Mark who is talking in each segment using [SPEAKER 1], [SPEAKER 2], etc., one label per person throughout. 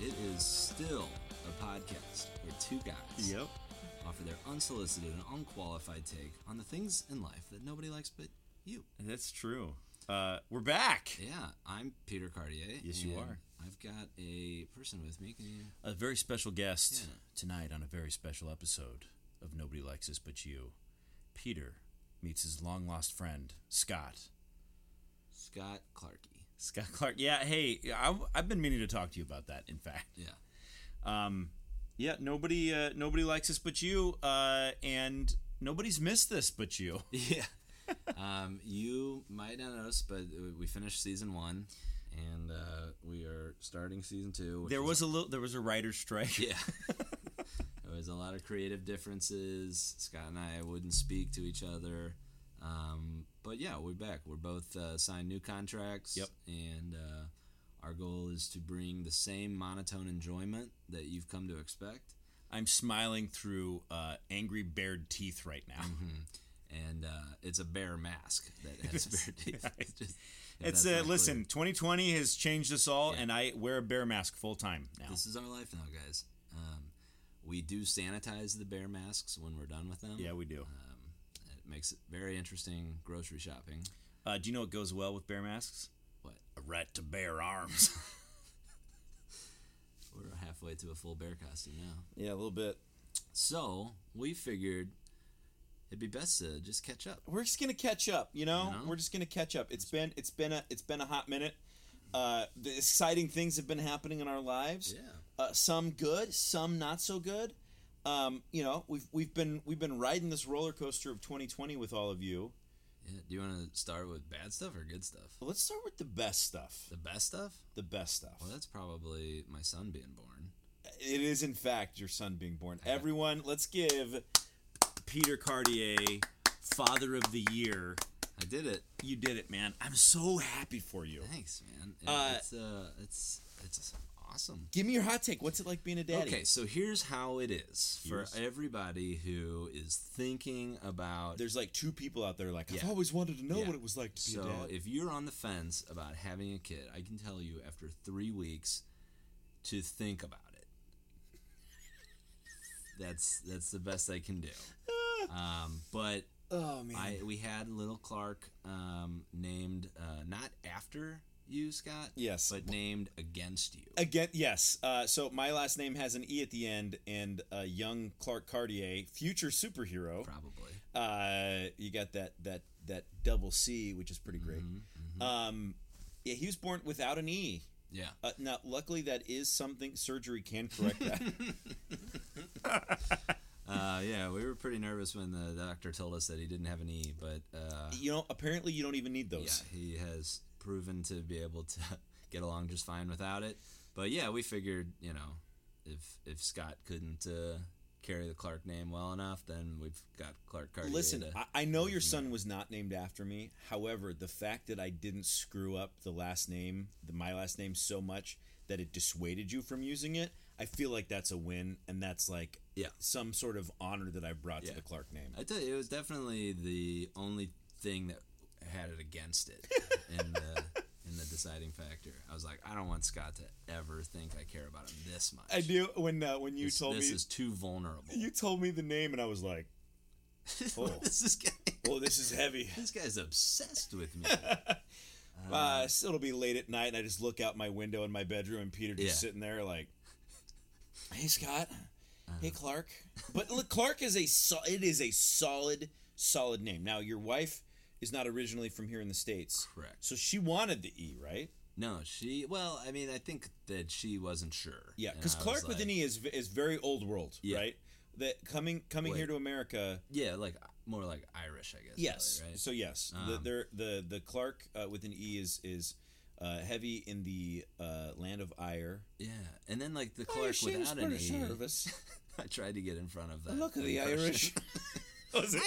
[SPEAKER 1] It is still a podcast where two guys
[SPEAKER 2] Yep.
[SPEAKER 1] offer their unsolicited and unqualified take on the things in life that nobody likes but you.
[SPEAKER 2] That's true. Uh, we're back.
[SPEAKER 1] Yeah, I'm Peter Cartier.
[SPEAKER 2] Yes, you
[SPEAKER 1] and
[SPEAKER 2] are.
[SPEAKER 1] I've got a person with me. Can you?
[SPEAKER 3] a very special guest
[SPEAKER 1] Yeah.
[SPEAKER 3] tonight on a very special episode of Nobody Likes Us But You. Peter meets his long lost friend, Scott.
[SPEAKER 1] Scott Clarkey.
[SPEAKER 3] Scott Clark. Yeah, hey, I, I've been meaning to talk to you about that, in fact.
[SPEAKER 1] Yeah.
[SPEAKER 3] Um, yeah, nobody uh, nobody likes us but you, uh, and nobody's missed this but you.
[SPEAKER 1] Yeah. um, you might not notice, but we finished season one, and uh, we are starting season two. which
[SPEAKER 3] There
[SPEAKER 1] is-
[SPEAKER 3] was a little there was a writer's strike.
[SPEAKER 1] Yeah. there was a lot of creative differences. Scott and I wouldn't speak to each other. Um, but yeah, we're back. We're both uh, signed new contracts.
[SPEAKER 3] Yep.
[SPEAKER 1] And uh, our goal is to bring the same monotone enjoyment that you've come to expect.
[SPEAKER 3] I'm smiling through uh, angry bared teeth right now.
[SPEAKER 1] And uh, it's a bear mask that has bear teeth. It's, just- if
[SPEAKER 3] It's
[SPEAKER 1] that's not
[SPEAKER 3] uh,
[SPEAKER 1] clear.
[SPEAKER 3] listen, 2020 has changed us all,
[SPEAKER 1] Yeah.
[SPEAKER 3] and I wear a bear mask full time now.
[SPEAKER 1] This is our life now, guys. Um, we do sanitize the bear masks when we're done with them.
[SPEAKER 3] yeah, we
[SPEAKER 1] Uh,
[SPEAKER 3] do.
[SPEAKER 1] It makes it very interesting grocery shopping.
[SPEAKER 3] Uh, do you know what goes well with bear masks?
[SPEAKER 1] What?
[SPEAKER 3] A rat to bear arms.
[SPEAKER 1] We're halfway to a full bear costume now.
[SPEAKER 3] yeah, a little bit.
[SPEAKER 1] So we figured it'd be best to just catch up.
[SPEAKER 3] We're just gonna catch up, you know.
[SPEAKER 1] You know?
[SPEAKER 3] We're just gonna catch up. It's been it's been a it's been a hot minute. Uh, the exciting things have been happening in our lives. Uh, some good, some not so good. Um, you know, we've we've been we've been riding this roller coaster of 2020 with all of you.
[SPEAKER 1] yeah. Do you want to start with bad stuff or good stuff?
[SPEAKER 3] But let's start with the best stuff.
[SPEAKER 1] The best stuff?
[SPEAKER 3] The best stuff.
[SPEAKER 1] Well, that's probably my son being born.
[SPEAKER 3] It is, in fact, your son being born. Everyone, let's give Peter Cartier Father of the Year.
[SPEAKER 1] I did it.
[SPEAKER 3] You did it, man. I'm so happy for you.
[SPEAKER 1] Thanks, man. It-
[SPEAKER 3] Uh,
[SPEAKER 1] it's uh, it's it's awesome.
[SPEAKER 3] Give me your hot take. What's it like being a daddy?
[SPEAKER 1] Okay, so here's how it is for
[SPEAKER 3] Yes.
[SPEAKER 1] everybody who is thinking about
[SPEAKER 3] There's like two people out there like, I've
[SPEAKER 1] Yeah.
[SPEAKER 3] always wanted to know
[SPEAKER 1] Yeah.
[SPEAKER 3] what it was like to be
[SPEAKER 1] So
[SPEAKER 3] a dad.
[SPEAKER 1] if you're on the fence about having a kid, I can tell you after three weeks to think about it. That's that's the best I can do. Um, but
[SPEAKER 3] oh, man.
[SPEAKER 1] I we had little Clark um, named uh, not after you, Scott.
[SPEAKER 3] Yes.
[SPEAKER 1] but named against you.
[SPEAKER 3] Again, yes. Uh, so my last name has an E at the end, and uh, young Clark Cartier, future superhero.
[SPEAKER 1] Probably.
[SPEAKER 3] Uh, you got that that that double C, which is pretty great.
[SPEAKER 1] Mm-hmm,
[SPEAKER 3] Um, yeah, he was born without an E.
[SPEAKER 1] Yeah.
[SPEAKER 3] Uh, now, luckily, that is something surgery can correct that.
[SPEAKER 1] Uh, yeah. We were pretty nervous when the doctor told us that he didn't have an E, but uh,
[SPEAKER 3] you know, apparently, you don't even need
[SPEAKER 1] Yeah,
[SPEAKER 3] those.
[SPEAKER 1] he has proven to be able to get along just fine without it. But yeah, we figured, you know, if if Scott couldn't uh, carry the Clark name well enough, then we've got Clark Cartier.
[SPEAKER 3] Listen,
[SPEAKER 1] to-
[SPEAKER 3] I, I know your son was not named after me. However, the fact that I didn't screw up the last name, the, my last name, so much that it dissuaded you from using it, I feel like that's a win, and that's like
[SPEAKER 1] Yeah.
[SPEAKER 3] some sort of honor that I brought
[SPEAKER 1] Yeah.
[SPEAKER 3] to the Clark name.
[SPEAKER 1] I tell you, it was definitely the only thing that had it against it in the in the deciding factor. I was like, I don't want Scott to ever think I care about him this much.
[SPEAKER 3] I do when uh, when you
[SPEAKER 1] This,
[SPEAKER 3] told
[SPEAKER 1] this
[SPEAKER 3] me
[SPEAKER 1] is too vulnerable.
[SPEAKER 3] you told me the name, and I was like, oh.
[SPEAKER 1] this is guy.
[SPEAKER 3] "Oh, this is heavy."
[SPEAKER 1] This guy's obsessed with me.
[SPEAKER 3] Uh, so it'll be late at night, and I just look out my window in my bedroom, and Peter just
[SPEAKER 1] Yeah.
[SPEAKER 3] sitting there, like, "Hey, Scott.
[SPEAKER 1] Uh-huh.
[SPEAKER 3] hey, Clark." But look, Clark is a so- it is a solid, solid name. Now, your wife is not originally from here in the states,
[SPEAKER 1] Correct.
[SPEAKER 3] so she wanted the E, right?
[SPEAKER 1] No, she. Well, I mean, I think that she wasn't sure.
[SPEAKER 3] Yeah,
[SPEAKER 1] And
[SPEAKER 3] because
[SPEAKER 1] I was
[SPEAKER 3] Clark with
[SPEAKER 1] like-
[SPEAKER 3] an E is v- is very old world,
[SPEAKER 1] Yeah.
[SPEAKER 3] right? That coming coming
[SPEAKER 1] Wait.
[SPEAKER 3] here to America.
[SPEAKER 1] Yeah, like more like Irish, I guess.
[SPEAKER 3] Yes.
[SPEAKER 1] probably, right.
[SPEAKER 3] So yes, the,
[SPEAKER 1] Um,
[SPEAKER 3] there- the the Clark uh, with an E is is uh, heavy in the uh, land of ire.
[SPEAKER 1] yeah, and then like
[SPEAKER 3] Oh,
[SPEAKER 1] the Clark without an E. I tried to get in front
[SPEAKER 3] uh,
[SPEAKER 1] of that. impression.
[SPEAKER 3] Was it-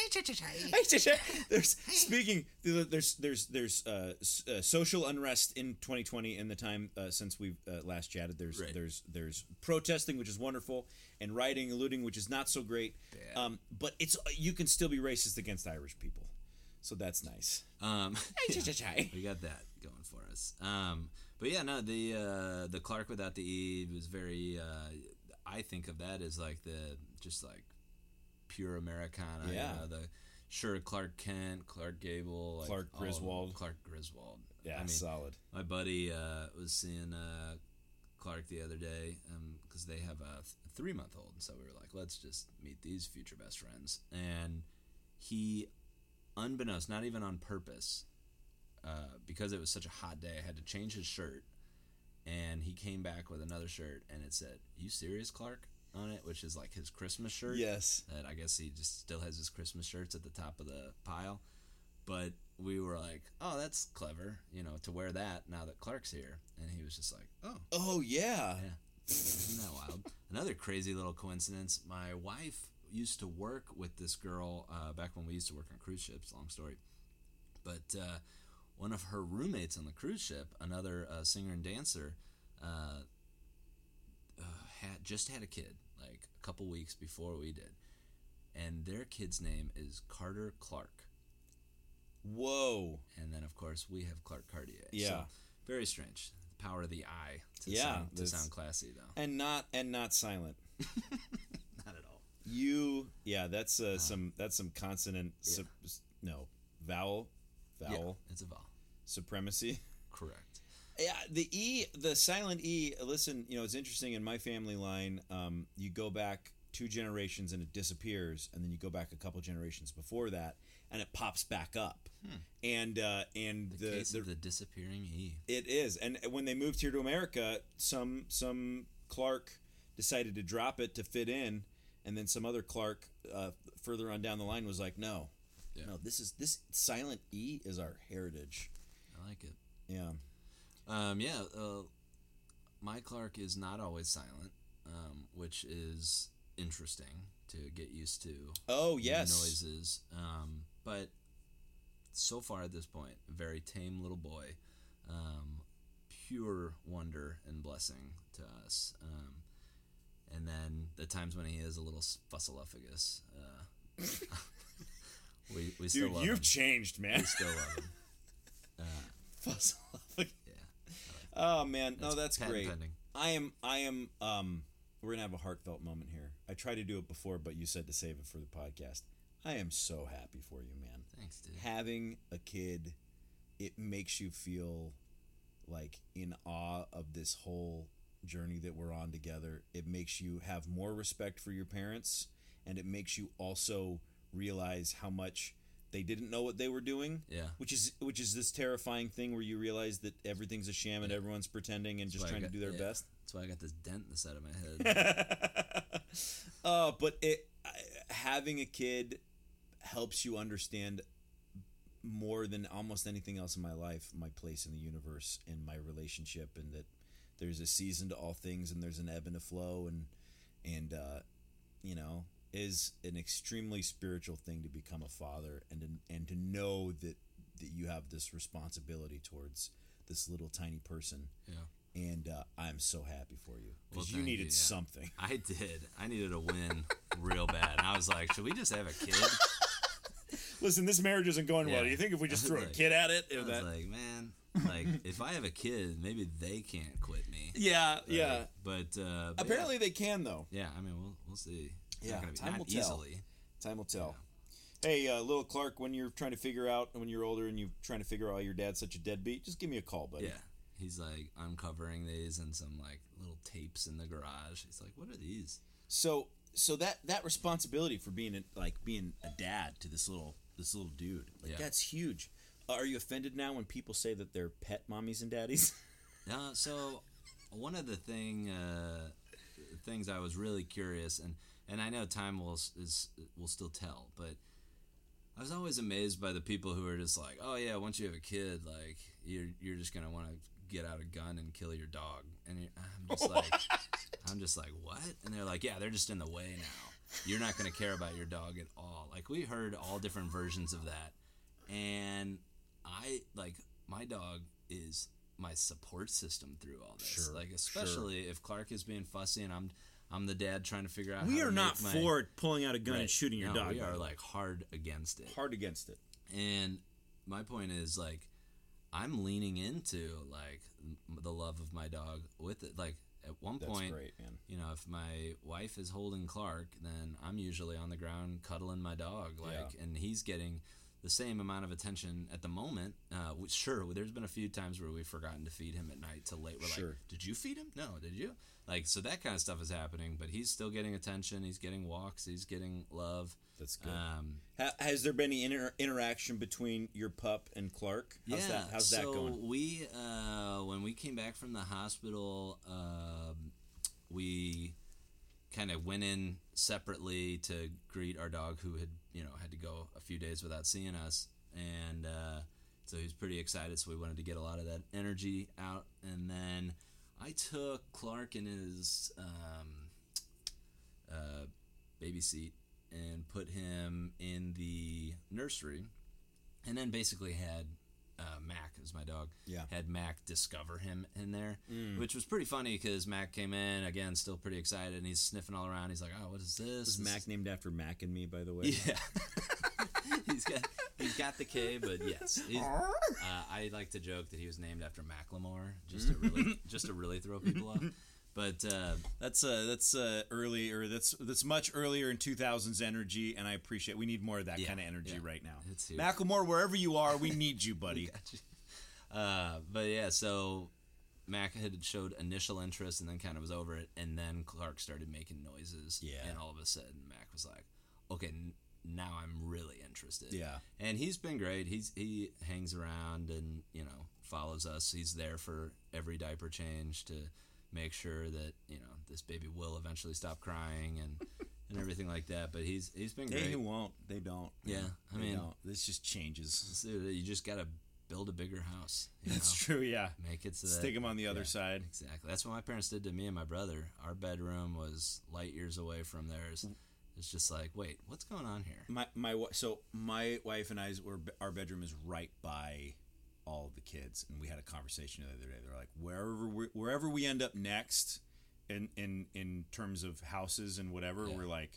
[SPEAKER 3] there's speaking. There's there's there's uh, s- uh, social unrest in 2020 in the time uh, since we've uh, last chatted. There's
[SPEAKER 1] Right.
[SPEAKER 3] there's there's protesting, which is wonderful, and rioting and looting, which is not so great.
[SPEAKER 1] Bad.
[SPEAKER 3] Um, but it's you can still be racist against Irish people, so that's nice.
[SPEAKER 1] Um,
[SPEAKER 3] Hey, cha, cha, cha.
[SPEAKER 1] we got that going for us. Um, But yeah, no, the uh, the Clark without the E was very. Uh, I think of that as like the just like pure Americana.
[SPEAKER 3] Yeah.
[SPEAKER 1] You know, the sure Clark Kent, Clark Gable, like,
[SPEAKER 3] Clark
[SPEAKER 1] all of them.
[SPEAKER 3] Griswold.
[SPEAKER 1] Clark Griswold.
[SPEAKER 3] Yeah,
[SPEAKER 1] I mean,
[SPEAKER 3] solid.
[SPEAKER 1] my buddy uh, was seeing uh, Clark the other day because they have a th- three month old. So we were like, let's just meet these future best friends. And he, unbeknownst, not even on purpose, uh, because it was such a hot day, I had to change his shirt. And he came back with another shirt and it said, You serious, Clark? on it, which is like his Christmas shirt
[SPEAKER 3] Yes.
[SPEAKER 1] that I guess he just still has his Christmas shirts at the top of the pile. But we were like, oh, that's clever, you know, to wear that now that Clark's here. And he was just like, oh,
[SPEAKER 3] Oh yeah.
[SPEAKER 1] Yeah. isn't that wild? Another crazy little coincidence. My wife used to work with this girl uh, back when we used to work on cruise ships, long story. But uh, one of her roommates on the cruise ship, another uh, singer and dancer, uh, uh, had just had a kid like a couple weeks before we did, and their kid's name is Carter Clark,
[SPEAKER 3] Whoa.
[SPEAKER 1] and then of course we have Clark Cartier.
[SPEAKER 3] Yeah.
[SPEAKER 1] so, very strange. The power of the eye to
[SPEAKER 3] Yeah,
[SPEAKER 1] sound, to
[SPEAKER 3] that's-
[SPEAKER 1] sound classy though.
[SPEAKER 3] And not and not silent.
[SPEAKER 1] Not at all.
[SPEAKER 3] You yeah, that's uh, some that's some consonant sup- no vowel vowel
[SPEAKER 1] Yeah, it's a vowel.
[SPEAKER 3] supremacy.
[SPEAKER 1] Correct.
[SPEAKER 3] Yeah, the E, the silent E. Listen, you know it's interesting in my family line. Um, you go back two generations and it disappears, and then you go back a couple generations before that, and it pops back up. And uh, and
[SPEAKER 1] The,
[SPEAKER 3] the,
[SPEAKER 1] case
[SPEAKER 3] the
[SPEAKER 1] of the disappearing E.
[SPEAKER 3] it is. And when they moved here to America, some some Clark decided to drop it to fit in, and then some other Clark uh, further on down the line was like, no,
[SPEAKER 1] Yeah.
[SPEAKER 3] no, this is this silent E is our heritage.
[SPEAKER 1] I like it.
[SPEAKER 3] Yeah.
[SPEAKER 1] Um, yeah, uh, my Clark is not always silent, um, which is interesting to get used to.
[SPEAKER 3] Oh yes.
[SPEAKER 1] noises. Um, but so far at this point, a very tame little boy. Um, pure wonder and blessing to us. Um, and then the times when he is a little fussilophagus, uh, we, we still
[SPEAKER 3] Dude,
[SPEAKER 1] love
[SPEAKER 3] you've
[SPEAKER 1] him.
[SPEAKER 3] changed, man.
[SPEAKER 1] We still love him.
[SPEAKER 3] Fussilophagus.
[SPEAKER 1] Yeah.
[SPEAKER 3] Oh man, no,
[SPEAKER 1] That's
[SPEAKER 3] that's
[SPEAKER 1] patent
[SPEAKER 3] great.
[SPEAKER 1] pending.
[SPEAKER 3] I am, I am. Um, we're gonna have a heartfelt moment here. I tried to do it before, but you said to save it for the podcast. I am so happy for you, man.
[SPEAKER 1] Thanks, dude.
[SPEAKER 3] Having a kid, it makes you feel like in awe of this whole journey that we're on together. It makes you have more respect for your parents, and it makes you also realize how much they didn't know what they were doing
[SPEAKER 1] Yeah.
[SPEAKER 3] which is which is this terrifying thing where you realize that everything's a sham and everyone's pretending and just
[SPEAKER 1] why I
[SPEAKER 3] trying
[SPEAKER 1] got-
[SPEAKER 3] to do their
[SPEAKER 1] yeah.
[SPEAKER 3] best.
[SPEAKER 1] That's why I got this dent in the side of my head.
[SPEAKER 3] Uh, but it I- having a kid helps you understand more than almost anything else in my life my place in the universe and my relationship and that there's a season to all things and there's an ebb and a flow and and uh, you know is an extremely spiritual thing to become a father and to, and to know that that you have this responsibility towards this little tiny person
[SPEAKER 1] yeah.
[SPEAKER 3] and uh, I'm so happy for you
[SPEAKER 1] Well,
[SPEAKER 3] because you
[SPEAKER 1] thank
[SPEAKER 3] needed
[SPEAKER 1] you, yeah.
[SPEAKER 3] something.
[SPEAKER 1] I did. I needed a win real bad. And I was like, should we just have a kid?
[SPEAKER 3] Listen, this marriage isn't going well.
[SPEAKER 1] Yeah.
[SPEAKER 3] Do you think if we just threw a
[SPEAKER 1] Like-
[SPEAKER 3] kid at it,
[SPEAKER 1] I
[SPEAKER 3] if
[SPEAKER 1] was
[SPEAKER 3] that?
[SPEAKER 1] like, man, like if I have a kid, maybe they can't quit me.
[SPEAKER 3] yeah, yeah.
[SPEAKER 1] Like, But, uh, but
[SPEAKER 3] Apparently they can though.
[SPEAKER 1] yeah. yeah, I mean, we'll we'll see. It's
[SPEAKER 3] Yeah,
[SPEAKER 1] not gonna be
[SPEAKER 3] time
[SPEAKER 1] not
[SPEAKER 3] will tell.
[SPEAKER 1] easily.
[SPEAKER 3] Time will tell. Hey, uh, little Clark, when you're trying to figure out when you're older and you're trying to figure out why your dad's such a deadbeat, just give me a call, buddy.
[SPEAKER 1] Yeah, he's like uncovering these and some like little tapes in the garage. He's like, what are these?
[SPEAKER 3] So, so that that responsibility for being a, like being a dad to this little this little dude, like
[SPEAKER 1] Yeah.
[SPEAKER 3] that's huge. Are you offended now when people say that they're pet mommies and daddies?
[SPEAKER 1] No, Uh, so one of the thing uh, things I was really curious and and I know time will s- is will still tell, but I was always amazed by the people who are just like, oh yeah, once you have a kid, like you're you're just gonna want to get out a gun and kill your dog, and you're, I'm just like, I'm just like, what? And they're like, yeah, they're just in the way now. You're not gonna care about your dog at all. Like we heard all different versions of that, and I like my dog is my support system through all this.
[SPEAKER 3] Sure,
[SPEAKER 1] like
[SPEAKER 3] sure.
[SPEAKER 1] especially if Clark is being fussy and I'm I'm the dad trying to figure out.
[SPEAKER 3] we
[SPEAKER 1] how
[SPEAKER 3] are
[SPEAKER 1] to
[SPEAKER 3] not
[SPEAKER 1] make Uh, my,
[SPEAKER 3] for pulling out a gun and
[SPEAKER 1] Right.
[SPEAKER 3] shooting your
[SPEAKER 1] No,
[SPEAKER 3] dog.
[SPEAKER 1] We
[SPEAKER 3] by
[SPEAKER 1] are
[SPEAKER 3] the way.
[SPEAKER 1] like hard against it.
[SPEAKER 3] hard against it.
[SPEAKER 1] And my point is like I'm leaning into like m- the love of my dog with it. Like at one
[SPEAKER 3] That's
[SPEAKER 1] point,
[SPEAKER 3] great, man.
[SPEAKER 1] you know, if my wife is holding Clark, then I'm usually on the ground cuddling my dog, like, and he's getting the same amount of attention at the moment. Uh, which, sure, there's been a few times where we've forgotten to feed him at night till late. We're
[SPEAKER 3] Sure.
[SPEAKER 1] like, did you feed him? No, did you? Like, so that kind of stuff is happening, but he's still getting attention. He's getting walks. He's getting love.
[SPEAKER 3] That's good.
[SPEAKER 1] Um,
[SPEAKER 3] Ha- has there been any inter- interaction between your pup and Clark? How's
[SPEAKER 1] yeah.
[SPEAKER 3] that How's
[SPEAKER 1] so
[SPEAKER 3] that going?
[SPEAKER 1] we uh, when we came back from the hospital, um, we kind of went in separately to greet our dog who had you know had to go a few days without seeing us, and uh, so he was pretty excited. So we wanted to get a lot of that energy out, and then I took Clark in his um, uh, baby seat and put him in the nursery and then basically had uh, Mac, as my dog,
[SPEAKER 3] Yeah. Mm.
[SPEAKER 1] had Mac discover him in there, which was pretty funny because Mac came in again, still pretty excited, and he's sniffing all around. He's like, "Oh, what is this?"
[SPEAKER 3] Is
[SPEAKER 1] This
[SPEAKER 3] Mac named after Mac and me, by the way?
[SPEAKER 1] is-" Yeah, he's got he's got the K, but yes, he's- uh, I like to joke that he was named after Macklemore just to really just to really throw people off. But uh,
[SPEAKER 2] That's uh that's uh early or that's that's much earlier in 2000s energy and I appreciate we need more of that
[SPEAKER 1] Yeah,
[SPEAKER 2] kind of energy
[SPEAKER 1] yeah.
[SPEAKER 2] right now.
[SPEAKER 1] It's huge.
[SPEAKER 2] Macklemore wherever you are, we need you, buddy.
[SPEAKER 1] Uh, but yeah, so Mac had showed initial interest and then kind of was over it, and then Clark started making noises.
[SPEAKER 3] Yeah.
[SPEAKER 1] And all of a sudden, Mac was like, "Okay, n- now I'm really interested."
[SPEAKER 3] Yeah.
[SPEAKER 1] And he's been great. He's he hangs around and you know follows us. He's there for every diaper change to make sure that you know this baby will eventually stop crying and and everything like that. But he's he's been
[SPEAKER 2] They
[SPEAKER 1] great.
[SPEAKER 2] who won't, they don't.
[SPEAKER 1] Yeah, I
[SPEAKER 2] They
[SPEAKER 1] mean-
[SPEAKER 2] don't. this just changes.
[SPEAKER 1] So you just gotta build a bigger house. You
[SPEAKER 2] That's
[SPEAKER 1] know?
[SPEAKER 2] true, yeah.
[SPEAKER 1] Make it so that
[SPEAKER 2] Stick him on the other
[SPEAKER 1] yeah.
[SPEAKER 2] side.
[SPEAKER 1] Exactly. That's what my parents did to me and my brother. Our bedroom was light years away from theirs.
[SPEAKER 2] Mm.
[SPEAKER 1] It's just like, wait, what's going on here?
[SPEAKER 2] My my wi- so my wife and I's were our bedroom is right by all the kids, and we had a conversation the other day. They're like, wherever we, wherever we end up next, in in in terms of houses and whatever,
[SPEAKER 1] Yeah.
[SPEAKER 2] we're like,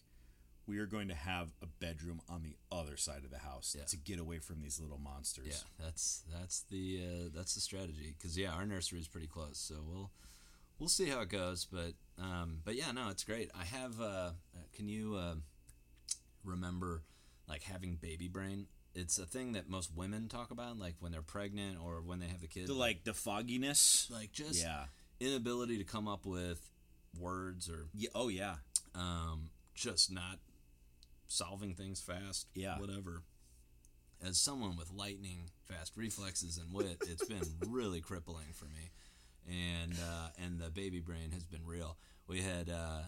[SPEAKER 2] we are going to have a bedroom on the other side of the house
[SPEAKER 1] Yeah.
[SPEAKER 2] to get away from these little
[SPEAKER 1] Yeah,
[SPEAKER 2] monsters.
[SPEAKER 1] that's that's the uh, that's the strategy. Because yeah, our nursery is pretty close, so we'll we'll see how it goes. But um, but yeah, no, it's great. I have. Uh, uh, can you uh, remember like having baby brain? It's a thing that most women talk about, like when they're pregnant or when they have the kid.
[SPEAKER 2] The like the fogginess.
[SPEAKER 1] like just
[SPEAKER 2] Yeah.
[SPEAKER 1] inability to come up with words or
[SPEAKER 2] Yeah. Oh yeah.
[SPEAKER 1] um, just not solving things fast,
[SPEAKER 2] Yeah.
[SPEAKER 1] whatever. As someone with lightning fast reflexes and wit, it's been really crippling for me, and uh, and the baby brain has been real. We had uh,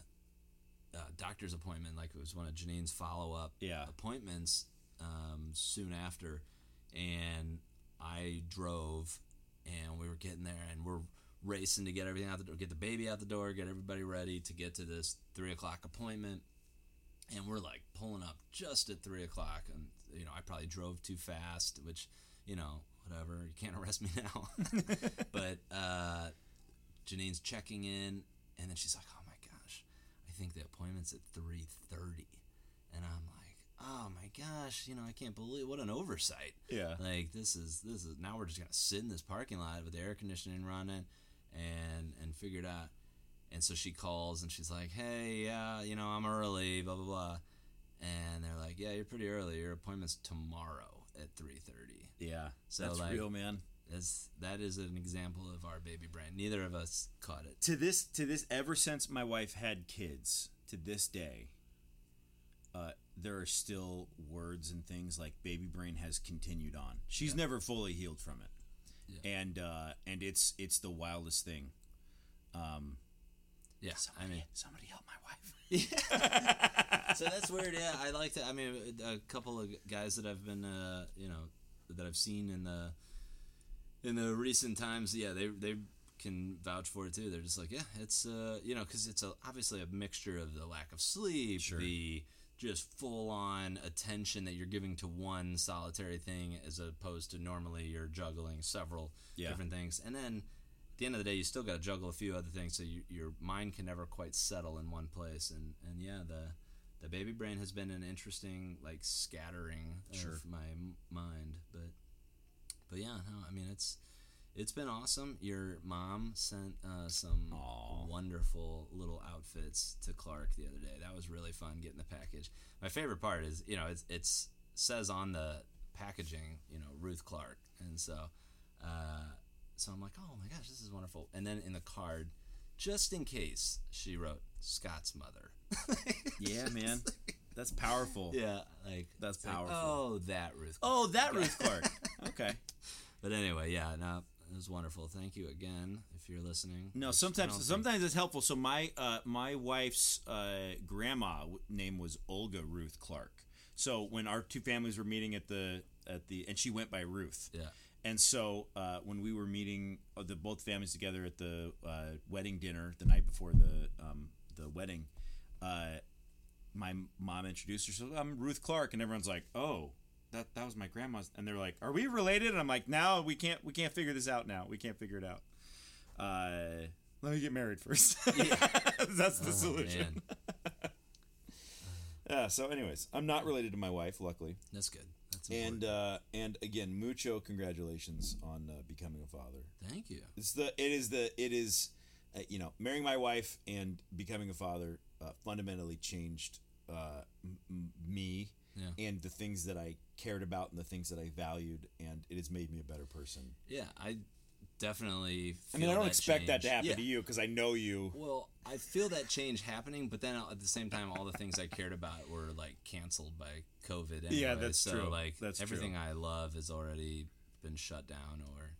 [SPEAKER 1] a doctor's appointment, like it was one of Janine's follow up
[SPEAKER 2] Yeah.
[SPEAKER 1] appointments um, soon after, and I drove, and we were getting there, and we're racing to get everything out the door, get the baby out the door, get everybody ready to get to this three o'clock appointment, and we're like pulling up just at three o'clock, and you know I probably drove too fast, which you know whatever you can't arrest me now, but uh, Janine's checking in, and then she's like, oh my gosh, I think the appointment's at three thirty and I'm like, oh my gosh, you know, I can't believe what an oversight.
[SPEAKER 2] Yeah.
[SPEAKER 1] Like this is this is now we're just gonna sit in this parking lot with the air conditioning running, and and figure it out. And so she calls and she's like, hey, yeah, you know, I'm early, blah blah blah, and they're like, yeah, you're pretty early. Your appointment's tomorrow at three thirty.
[SPEAKER 2] Yeah.
[SPEAKER 1] So,
[SPEAKER 2] That's
[SPEAKER 1] like-
[SPEAKER 2] real, man.
[SPEAKER 1] That's that is an example of our baby brain. Neither of us caught it.
[SPEAKER 2] to this to this ever since my wife had kids to this day uh, there are still words and things like baby brain has continued on she's never fully healed from it and uh, and it's it's the wildest thing
[SPEAKER 1] Yeah, I mean,
[SPEAKER 2] somebody help my wife
[SPEAKER 1] so that's weird. Yeah, I like to. I mean, uh, a couple of guys that I've been, uh, you know, that I've seen in the in the recent times. Yeah, they they can vouch for it too. They're just like, yeah, it's uh, you know, because it's a, obviously a mixture of the lack of sleep, the just full on attention that you're giving to one solitary thing, as opposed to normally you're juggling several
[SPEAKER 2] Yeah.
[SPEAKER 1] different things, and then. At the end of the day, you still got to juggle a few other things, so you, your mind can never quite settle in one place. And and yeah, the the baby brain has been an interesting like scattering of my m- mind, but but yeah, no, I mean it's it's been awesome. Your mom sent uh, some
[SPEAKER 3] Aw.
[SPEAKER 1] wonderful little outfits to Clark the other day. That was really fun getting the package. My favorite part is you know it's it's says on the packaging you know Ruth Clark, and so uh, so I'm like oh my gosh this is wonderful. And then in the card, just in case, she wrote Scott's mother.
[SPEAKER 3] Yeah, man. That's powerful.
[SPEAKER 1] Yeah, like
[SPEAKER 3] That's
[SPEAKER 1] it's like,
[SPEAKER 3] powerful.
[SPEAKER 1] oh, that Ruth. Clark.
[SPEAKER 3] Oh, that Ruth Clark. Okay. Oh.
[SPEAKER 1] But anyway, yeah, no, it was wonderful. Thank you again if you're listening.
[SPEAKER 3] No,
[SPEAKER 1] Which I
[SPEAKER 3] sometimes
[SPEAKER 1] don't think-
[SPEAKER 3] sometimes it's helpful. So my uh, my wife's uh, grandma w- name was Olga Ruth Clark. So when our two families were meeting at the at the and she went by Ruth.
[SPEAKER 1] Yeah.
[SPEAKER 3] And so uh, when we were meeting uh, the both families together at the uh, wedding dinner the night before the um, the wedding, uh, my mom introduced herself. I'm Ruth Clark, and everyone's like, "Oh, that that was my grandma's." And they're like, "Are we related?" And I'm like, "No, we can't. We can't figure this out now. We can't figure it out. Uh, let me get married first. That's the
[SPEAKER 1] Oh,
[SPEAKER 3] solution."
[SPEAKER 1] man.
[SPEAKER 4] Yeah. So, anyways, I'm not related to my wife, luckily.
[SPEAKER 1] That's good. That's important.
[SPEAKER 4] And uh, and again, mucho congratulations on uh, becoming a father.
[SPEAKER 1] Thank you.
[SPEAKER 4] It's the it is the it is, uh, you know, marrying my wife and becoming a father uh, fundamentally changed uh, m- m- me
[SPEAKER 1] Yeah.
[SPEAKER 4] and the things that I cared about and the things that I valued, and it has made me a better person.
[SPEAKER 1] Yeah, I definitely. Feel
[SPEAKER 4] I mean, I don't expect that to
[SPEAKER 1] change.
[SPEAKER 4] happen
[SPEAKER 1] Yeah.
[SPEAKER 4] to you because I know you.
[SPEAKER 1] Well, I feel that change happening, but then at the same time, all the things I cared about were like canceled by COVID. Anyway.
[SPEAKER 3] Yeah, that's
[SPEAKER 1] so,
[SPEAKER 3] true.
[SPEAKER 1] Like
[SPEAKER 3] That's true.
[SPEAKER 1] everything I love has already been shut down, or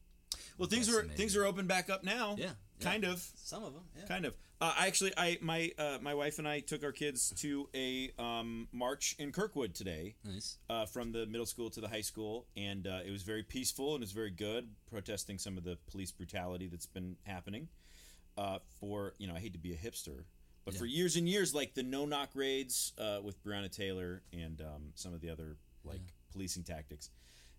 [SPEAKER 3] Well, things
[SPEAKER 1] That's
[SPEAKER 3] are things
[SPEAKER 1] amazing.
[SPEAKER 3] are open back up now.
[SPEAKER 1] Yeah, yeah.
[SPEAKER 3] kind of.
[SPEAKER 1] some of them. Yeah.
[SPEAKER 3] Kind of.
[SPEAKER 4] Uh, I actually, I my uh, my wife and I took our kids to a um, march in Kirkwood today.
[SPEAKER 1] nice.
[SPEAKER 4] uh, from the middle school to the high school, and uh, it was very peaceful and it was very good, protesting some of the police brutality that's been happening. Uh, for you know, I hate to be a hipster, but for years and years, like the no knock raids uh, with Breonna Taylor and um, some of the other like policing tactics.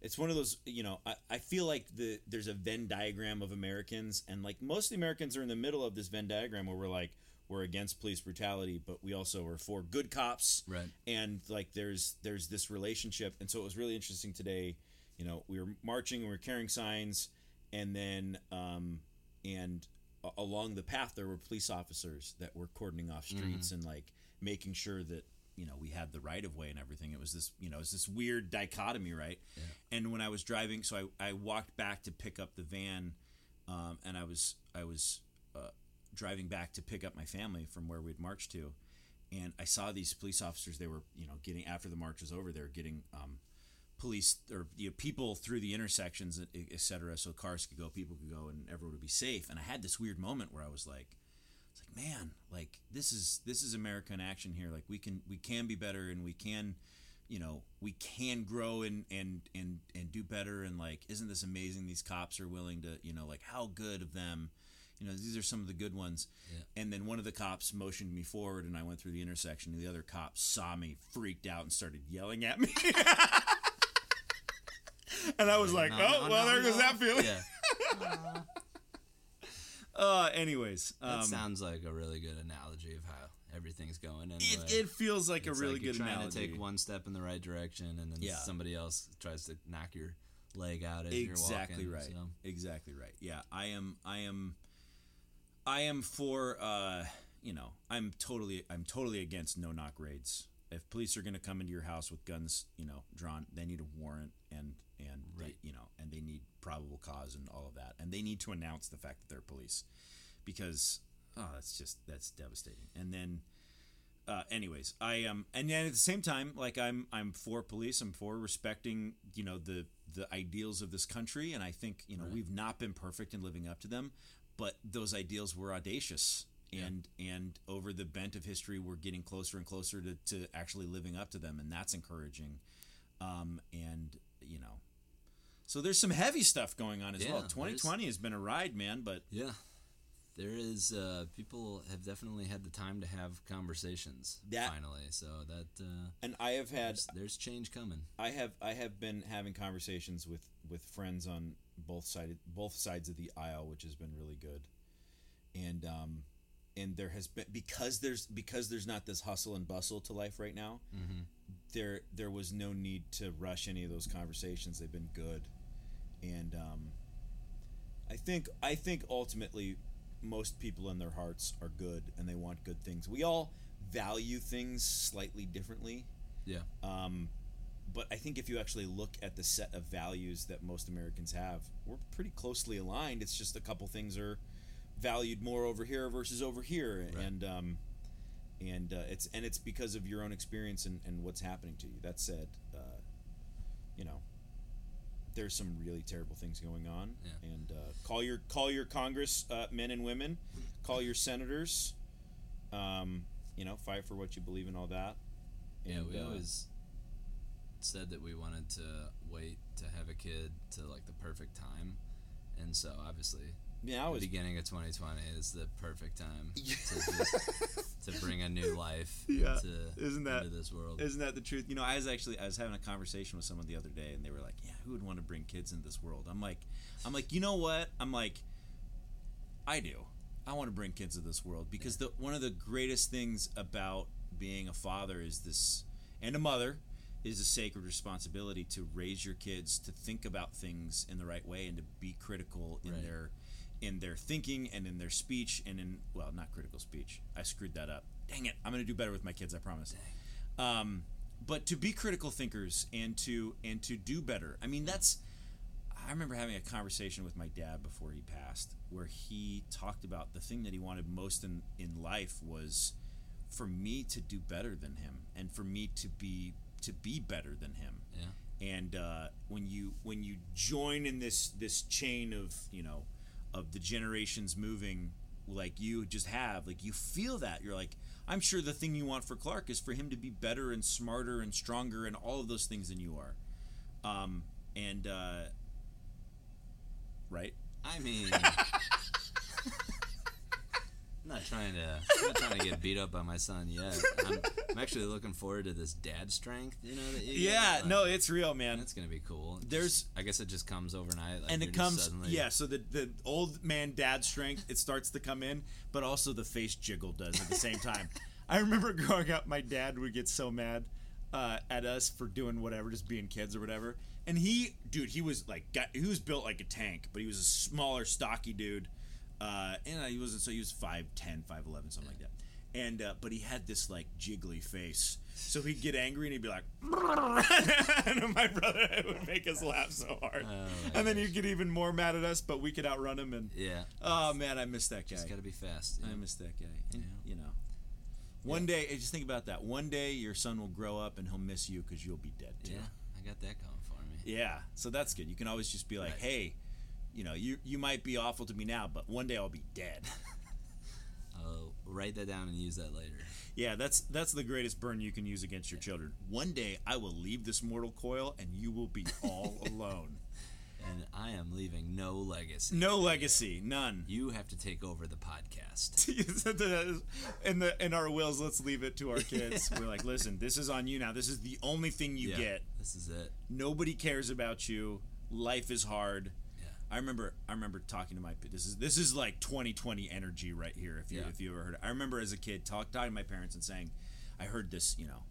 [SPEAKER 4] It's one of those, you know. I, I feel like the there's a Venn diagram of Americans, and like most of the Americans are in the middle of this Venn diagram where we're like we're against police brutality, but we also are for good cops,
[SPEAKER 1] Right.
[SPEAKER 4] and like there's there's this relationship and so it was really interesting today you know we were marching and we were carrying signs and then um and a- along the path there were police officers that were cordoning off streets and like making sure that
[SPEAKER 3] you know we had the right of way and everything it was this you know it's this weird dichotomy right and when i was driving so i, I walked back to pick up the van um, and i was i was uh, driving back to pick up my family from where we'd marched to and i saw these police officers they were you know getting after the march was over they were getting um, police or you know, people through the intersections et et cetera so cars could go people could go and everyone would be safe and i had this weird moment where i was like it's like man like this is this is america in action here like we can we can be better and we can you know we can grow and and and and do better and like isn't this amazing these cops are willing to you know like how good of them you know these are some of the good ones and then one of the cops motioned me forward and i went through the intersection and the other cop saw me freaked out and started yelling at me and i was like
[SPEAKER 1] No,
[SPEAKER 3] oh
[SPEAKER 1] no,
[SPEAKER 3] well
[SPEAKER 1] no,
[SPEAKER 3] there goes
[SPEAKER 1] no."
[SPEAKER 3] that feeling
[SPEAKER 1] Yeah.
[SPEAKER 3] uh anyways
[SPEAKER 1] That
[SPEAKER 3] um,
[SPEAKER 1] sounds like a really good analogy of how everything's going. And
[SPEAKER 3] it, it feels like a
[SPEAKER 1] It's
[SPEAKER 3] really
[SPEAKER 1] like
[SPEAKER 3] good
[SPEAKER 1] you're trying
[SPEAKER 3] analogy
[SPEAKER 1] to take one step in the right direction, and then
[SPEAKER 3] Yeah.
[SPEAKER 1] somebody else tries to knock your leg out as
[SPEAKER 3] exactly
[SPEAKER 1] you're
[SPEAKER 3] right
[SPEAKER 1] walking. so.
[SPEAKER 3] exactly right yeah i am i am i am for uh you know i'm totally i'm totally against no knock raids if police are going to come into your house with guns you know drawn they need a warrant and and they-
[SPEAKER 1] Right.
[SPEAKER 3] you know and they need probable cause and all of that and they need to announce the fact that they're police because oh that's just that's devastating and then uh, anyways, I am, um, and then at the same time, like I'm, I'm for police. I'm for respecting, you know, the the ideals of this country, and I think you know we've not been perfect in living up to them, but those ideals were audacious, and and over the bent of history, we're getting closer and closer to to actually living up to them, and that's encouraging. Um, and you know, so there's some heavy stuff going on as
[SPEAKER 1] Yeah,
[SPEAKER 3] well.
[SPEAKER 1] there's-
[SPEAKER 3] 2020 has been a ride, man, but
[SPEAKER 1] yeah, there is. Uh, people have definitely had the time to have conversations
[SPEAKER 4] That-
[SPEAKER 1] finally. So that uh,
[SPEAKER 4] and i have had
[SPEAKER 1] there's, there's change coming.
[SPEAKER 4] i have i have been having conversations with with friends on both sided both sides of the aisle which has been really good and um and there has been because there's because there's not this hustle and bustle to life right now there there was no need to rush any of those conversations. They've been good,
[SPEAKER 5] and um, I think I think ultimately most people in their hearts are good and they want good things. We all value things slightly differently,
[SPEAKER 1] Yeah.
[SPEAKER 5] um, but I think if you actually look at the set of values that most Americans have, we're pretty closely aligned. It's just a couple things are valued more over here versus over here,
[SPEAKER 1] Right.
[SPEAKER 5] and um, and uh, it's and it's because of your own experience and, and what's happening to you. That said, uh, you know, there's some really terrible things going on,
[SPEAKER 1] Yeah.
[SPEAKER 5] and uh, call your call your Congress uh, men and women, call your senators, um, you know, fight for what you believe in, all that.
[SPEAKER 1] Yeah,
[SPEAKER 5] And,
[SPEAKER 1] we
[SPEAKER 5] uh,
[SPEAKER 1] always said that we wanted to wait to have a kid to like the perfect time. And so obviously
[SPEAKER 5] Yeah, I was
[SPEAKER 1] the beginning of 2020 is the perfect time to, just, to bring a new life
[SPEAKER 3] Yeah,
[SPEAKER 1] into,
[SPEAKER 3] isn't that-
[SPEAKER 1] into this world.
[SPEAKER 3] Isn't that the truth? You know, I was actually I was having a conversation with someone the other day, and they were like, "Yeah, who would want to bring kids into this world?" I'm like, I'm like, you know what? I'm like, I do. I want to bring kids into this world because the one of the greatest things about being a father is this, and a mother is a sacred responsibility to raise your kids to think about things in the right way and to be critical in
[SPEAKER 1] Right.
[SPEAKER 3] their in their thinking and in their speech and in well not critical speech i screwed that up dang it i'm gonna do better with my kids i promise um, but to be critical thinkers and to and to do better i mean that's i remember having a conversation with my dad before he passed where he talked about the thing that he wanted most in in life was for me to do better than him and for me to be to be better than him
[SPEAKER 1] yeah.
[SPEAKER 3] and uh, when you when you join in this this chain of you know of the generations moving like you just have like you feel that you're like i'm sure the thing you want for clark is for him to be better and smarter and stronger and all of those things than you are um and uh right
[SPEAKER 1] I mean, I'm not trying to, I'm not trying to get beat up by my son yet. I'm, I'm actually looking forward to this dad strength, you know? That you get, like,
[SPEAKER 3] it's real man
[SPEAKER 1] That's gonna be cool. It
[SPEAKER 3] There's-
[SPEAKER 1] just- I guess it just comes overnight. Like
[SPEAKER 3] and
[SPEAKER 1] you're
[SPEAKER 3] it
[SPEAKER 1] just
[SPEAKER 3] comes
[SPEAKER 1] suddenly,
[SPEAKER 3] yeah so the, the old man dad strength it starts to come in but also the face jiggle does at the same time i remember growing up my dad would get so mad uh, at us for doing whatever just being kids or whatever and he dude he was like got, he was built like a tank but he was a smaller stocky dude uh, and he wasn't so he was 5'10 5'11 something like that and uh, but he had this like jiggly face so he'd get angry and he'd be like and my brother it would make us laugh so hard
[SPEAKER 1] Oh, my
[SPEAKER 3] and then you get even more mad at us, but we could outrun him. And
[SPEAKER 1] Yeah.
[SPEAKER 3] oh man, I miss that guy.
[SPEAKER 1] It's gotta be fast. you
[SPEAKER 3] I
[SPEAKER 1] know?
[SPEAKER 3] miss that guy. And,
[SPEAKER 1] Yeah.
[SPEAKER 3] You know, one day, and just think about that. One day, your son will grow up and he'll miss you because you'll be dead too.
[SPEAKER 1] Yeah, I got that going for me.
[SPEAKER 3] Yeah. So that's good. You can always just be like,
[SPEAKER 1] Right.
[SPEAKER 3] hey, you know, you you might be awful to me now, but one day I'll be dead.
[SPEAKER 1] I'll write that down and use that later.
[SPEAKER 3] yeah. That's that's the greatest burn you can use against your children. One day I will leave this mortal coil, and you will be all alone.
[SPEAKER 1] And I am leaving no legacy.
[SPEAKER 3] No legacy, none.
[SPEAKER 1] You have to take over the podcast.
[SPEAKER 3] in the in our wills let's leave it to our kids we're like listen this is on you now this is the only thing you
[SPEAKER 1] Yeah,
[SPEAKER 3] get
[SPEAKER 1] This is it.
[SPEAKER 3] nobody cares about you life is hard
[SPEAKER 1] Yeah.
[SPEAKER 3] i remember i remember talking to my this is this is like 2020 energy right here if you
[SPEAKER 1] Yeah.
[SPEAKER 3] if you ever heard it. i remember as a kid talk, talking to my parents and saying i heard this you know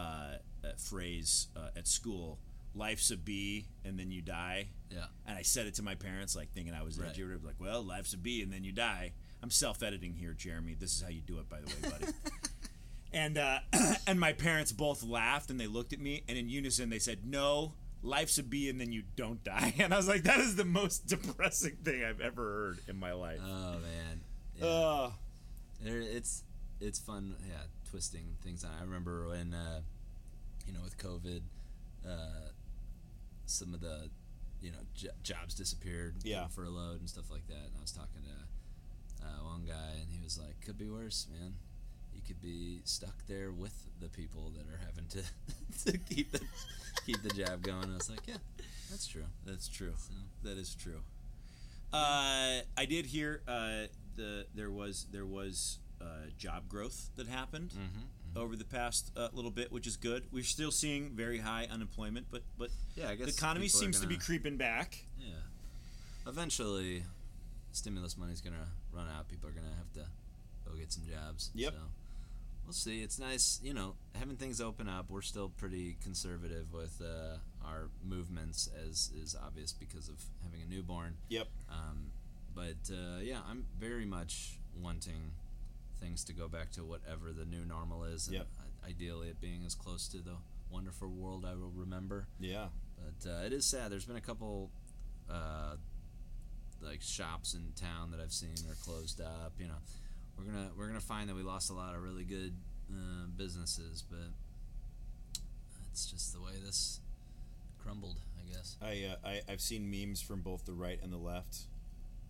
[SPEAKER 3] uh, uh, phrase uh, at school life's a bee and then you die
[SPEAKER 1] Yeah.
[SPEAKER 3] and I said it to my parents, like thinking I was
[SPEAKER 1] Right.
[SPEAKER 3] edgy. Or whatever, like, well, life's a bee, and then you die. I'm self-editing here, Jeremy. This is how you do it, by the way, buddy. and uh, and my parents both laughed and they looked at me, and in unison they said, "No, life's a bee, and then you don't die." And I was like, that is the most depressing thing I've ever heard in my life.
[SPEAKER 1] Oh man. Yeah.
[SPEAKER 5] Uh,
[SPEAKER 1] there, it's it's fun. Yeah, twisting things. On. I remember when uh, you know with COVID, uh, some of the you know j- jobs disappeared.
[SPEAKER 5] Yeah.
[SPEAKER 1] furloughed and stuff like that. And I was talking to uh, one guy, and he was like, "Could be worse, man." You could be stuck there with the people that are having to, to keep the keep the job going. I was like, yeah, that's true.
[SPEAKER 3] That's true.
[SPEAKER 1] So-
[SPEAKER 3] That is true. Uh, I did hear uh, the there was there was uh, job growth that happened over the past uh, little bit, which is good. We're still seeing very high unemployment, but but
[SPEAKER 1] Yeah, I
[SPEAKER 3] the
[SPEAKER 1] guess
[SPEAKER 3] economy
[SPEAKER 1] people are
[SPEAKER 3] seems to be
[SPEAKER 1] gonna-
[SPEAKER 3] creeping back.
[SPEAKER 1] Yeah. Eventually, stimulus money's gonna run out. People are gonna have to go get some jobs.
[SPEAKER 5] Yep.
[SPEAKER 1] So We'll see. It's nice, you know, having things open up. We're still pretty conservative with uh, our movements, as is obvious because of having a newborn.
[SPEAKER 3] Yep.
[SPEAKER 1] Um, but uh, yeah, I'm very much wanting things to go back to whatever the new normal is. and
[SPEAKER 3] Yep.
[SPEAKER 1] i- Ideally, it being as close to the wonderful world I will remember.
[SPEAKER 3] Yeah.
[SPEAKER 1] But uh, it is sad. There's been a couple, uh, like shops in town that I've seen are closed up. You know, we're gonna we're gonna find that we lost a lot of really good uh, businesses, but it's just the way this crumbled, I guess.
[SPEAKER 3] I, uh, I I've seen memes from both the right and the left.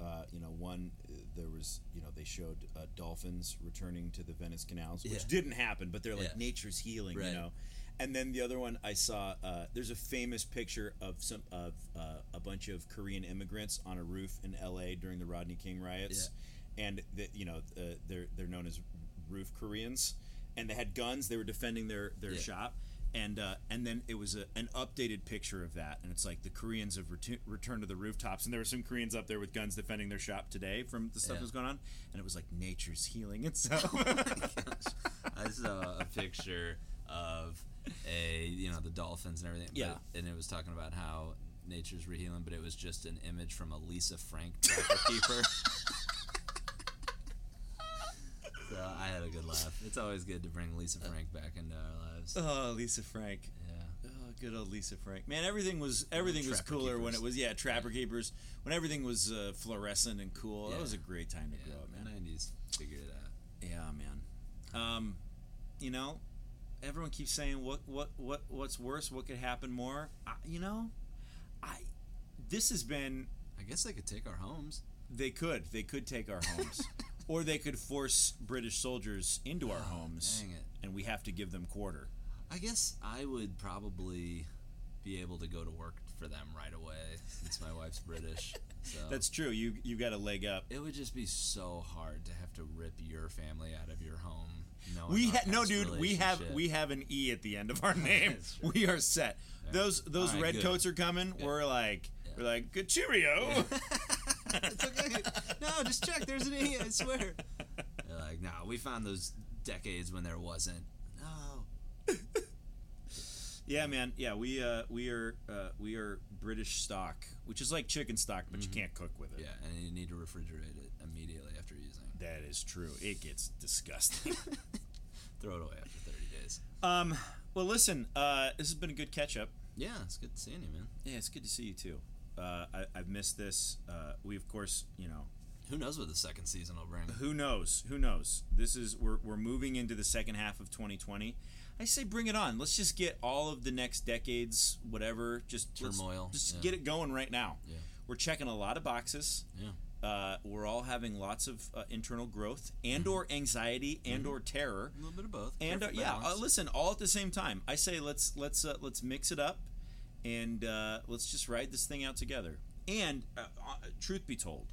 [SPEAKER 3] Uh, you know, one uh, there was you know they showed uh, dolphins returning to the Venice canals, which
[SPEAKER 1] Yeah.
[SPEAKER 3] didn't happen, but they're like
[SPEAKER 1] Yeah.
[SPEAKER 3] nature's healing,
[SPEAKER 1] Right.
[SPEAKER 3] you know. And then the other one I saw, uh, there's a famous picture of some of uh, a bunch of Korean immigrants on a roof in L.A. during the Rodney King riots, and the, you know uh, they're they're known as roof Koreans, and they had guns. They were defending their their
[SPEAKER 1] Yeah.
[SPEAKER 3] shop, and uh, and then it was a, an updated picture of that, and it's like the Koreans have retu- returned to the rooftops, and there were some Koreans up there with guns defending their shop today from the
[SPEAKER 1] Yeah.
[SPEAKER 3] stuff
[SPEAKER 1] Oh
[SPEAKER 3] that was going on, and it was like nature's healing itself.
[SPEAKER 1] I saw a picture of a you know the dolphins and everything. but-
[SPEAKER 3] Yeah.
[SPEAKER 1] and it was talking about how nature's rehealing, but it was just an image from a Lisa Frank tracker keeper. so I had a good laugh. It's always good to bring Lisa
[SPEAKER 3] Uh,
[SPEAKER 1] Frank back into our lives.
[SPEAKER 3] oh, Lisa Frank.
[SPEAKER 1] Yeah.
[SPEAKER 3] Oh, good old Lisa Frank. Man, everything was everything was
[SPEAKER 1] Trapper
[SPEAKER 3] cooler when
[SPEAKER 1] Keepers.
[SPEAKER 3] it was yeah Trapper Keepers when everything was uh, fluorescent and cool. That
[SPEAKER 1] Yeah.
[SPEAKER 3] was a great time to grow up,
[SPEAKER 1] Yeah,
[SPEAKER 3] man.
[SPEAKER 1] the '90s figured it out.
[SPEAKER 3] Yeah, man. Um, you know, everyone keeps saying what what what what's worse, what could happen more. I, you know, I this has been
[SPEAKER 1] I guess they could take our homes.
[SPEAKER 3] they could they could take our homes, or they could force British soldiers into our homes,
[SPEAKER 1] Oh, Dang it.
[SPEAKER 3] and we have to give them quarter.
[SPEAKER 1] I guess I would probably be able to go to work for them right away since my wife's British. So.
[SPEAKER 3] That's true. You you got a leg up.
[SPEAKER 1] It would just be so hard to have to rip your family out of your home. knowing
[SPEAKER 3] We
[SPEAKER 1] our
[SPEAKER 3] ha- no,
[SPEAKER 1] past
[SPEAKER 3] dude. We have
[SPEAKER 1] relationship.
[SPEAKER 3] we have an E at the end of our name.
[SPEAKER 1] That's true.
[SPEAKER 3] we are set. Those those
[SPEAKER 1] All right,
[SPEAKER 3] red
[SPEAKER 1] good.
[SPEAKER 3] coats are coming. We're like we're like good cheerio.
[SPEAKER 1] it's okay. No, just check. There's an E. I swear. They're like, no, we found those decades when there wasn't. No.
[SPEAKER 3] Yeah, man. Yeah, we uh, we are uh, we are British stock, which is like chicken stock, but you can't cook with it.
[SPEAKER 1] Mm-hmm. Yeah, and you need to refrigerate it immediately after using.
[SPEAKER 3] That is true. It gets disgusting.
[SPEAKER 1] Throw it away after 30 days.
[SPEAKER 3] um, well, listen. Uh, this has been a good catch up.
[SPEAKER 1] Yeah, it's good seeing you, man.
[SPEAKER 3] Yeah, it's good to see you too. Uh, I, I've missed this. Uh, we of course, you know,
[SPEAKER 1] Who knows what the second season will bring?
[SPEAKER 3] who knows? Who knows? This is we're we're moving into the second half of 2020. I say bring it on. Let's just get all of the next decades, whatever. Just let's-
[SPEAKER 1] Turmoil,
[SPEAKER 3] Just
[SPEAKER 1] yeah.
[SPEAKER 3] get it going right now.
[SPEAKER 1] Yeah.
[SPEAKER 3] We're checking a lot of boxes.
[SPEAKER 1] Yeah.
[SPEAKER 3] uh, we're all having lots of uh, internal growth and
[SPEAKER 1] Mm-hmm.
[SPEAKER 3] or anxiety and or terror
[SPEAKER 1] A little bit of both.
[SPEAKER 3] and uh,
[SPEAKER 1] Careful
[SPEAKER 3] yeah uh,
[SPEAKER 1] balance.
[SPEAKER 3] listen all at the same time i say let's let's uh, let's mix it up and uh, let's just ride this thing out together and uh, uh, truth be told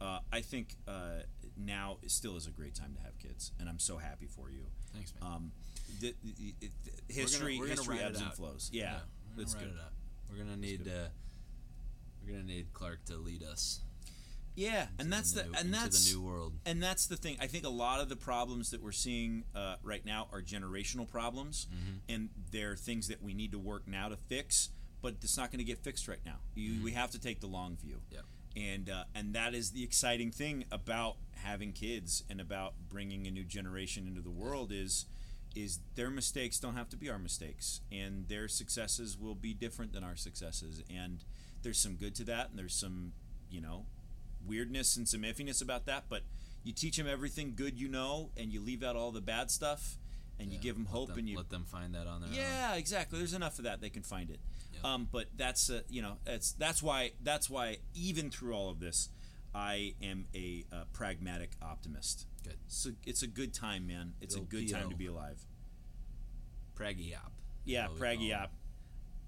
[SPEAKER 3] uh, i think uh, now still is a great time to have kids and i'm so happy for you
[SPEAKER 1] Thanks, man.
[SPEAKER 3] um, the, the, the- the history
[SPEAKER 1] we're gonna
[SPEAKER 3] history
[SPEAKER 1] ride it
[SPEAKER 3] ebbs and
[SPEAKER 1] out.
[SPEAKER 3] flows yeah,
[SPEAKER 1] we're
[SPEAKER 3] it's
[SPEAKER 1] gonna
[SPEAKER 3] good
[SPEAKER 1] write it up. We're gonna need uh, we're gonna need Clark to lead us.
[SPEAKER 3] yeah and
[SPEAKER 1] to
[SPEAKER 3] that's the,
[SPEAKER 1] new-
[SPEAKER 3] and
[SPEAKER 1] into
[SPEAKER 3] that's
[SPEAKER 1] the new world.
[SPEAKER 3] and that's the thing. I think a lot of the problems that we're seeing uh, right now are generational problems,
[SPEAKER 1] Mm-hmm.
[SPEAKER 3] and they're things that we need to work now to fix. But it's not going to get fixed right now. You, We have to take the long view,
[SPEAKER 1] Mm-hmm. Yep.
[SPEAKER 3] and uh, and that is the exciting thing about having kids and about bringing a new generation into the world is is their mistakes don't have to be our mistakes, and their successes will be different than our successes. And there's some good to that, and there's some you know weirdness and some iffiness about that, but you teach them everything good you know, and you leave out all the bad stuff, and you
[SPEAKER 1] Yeah,
[SPEAKER 3] give them
[SPEAKER 1] let
[SPEAKER 3] hope,
[SPEAKER 1] them-
[SPEAKER 3] and you
[SPEAKER 1] let them find that on their own.
[SPEAKER 3] yeah, exactly. There's enough of that they can find it.
[SPEAKER 1] Yep.
[SPEAKER 3] Um, but that's uh, you know that's that's why that's why even through all of this, I am a uh, pragmatic optimist.
[SPEAKER 1] Good.
[SPEAKER 3] So it's a good time, man. It's a
[SPEAKER 1] Good
[SPEAKER 3] good
[SPEAKER 1] old
[SPEAKER 3] time
[SPEAKER 1] PO.
[SPEAKER 3] to be alive.
[SPEAKER 1] Praggy op.
[SPEAKER 3] Yeah, Praggy Op.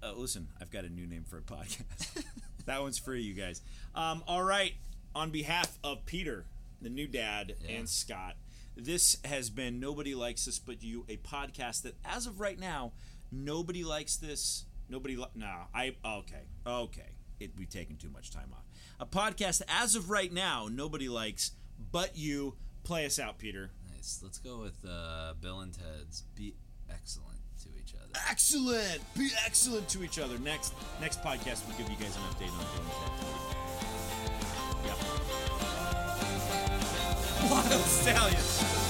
[SPEAKER 3] Uh, listen, I've got a new name for a podcast. that one's free, you guys. Um, all right. On behalf of Peter, the new dad,
[SPEAKER 1] Yeah.
[SPEAKER 3] and Scott, this has been Nobody Likes This But You, a podcast that, as of right now, nobody likes this. Nobody, li- nah, I, okay, okay. It, we've taken too much time off. A podcast, that, as of right now, nobody likes but you. Play us out, Peter.
[SPEAKER 1] Nice. choice. Let's go with uh, Bill and Ted's Be Excellent to each other.
[SPEAKER 3] Excellent. Be excellent to each other. Next next podcast, we'll give you guys an update on Bill and Ted. Yep. Wild Stallions.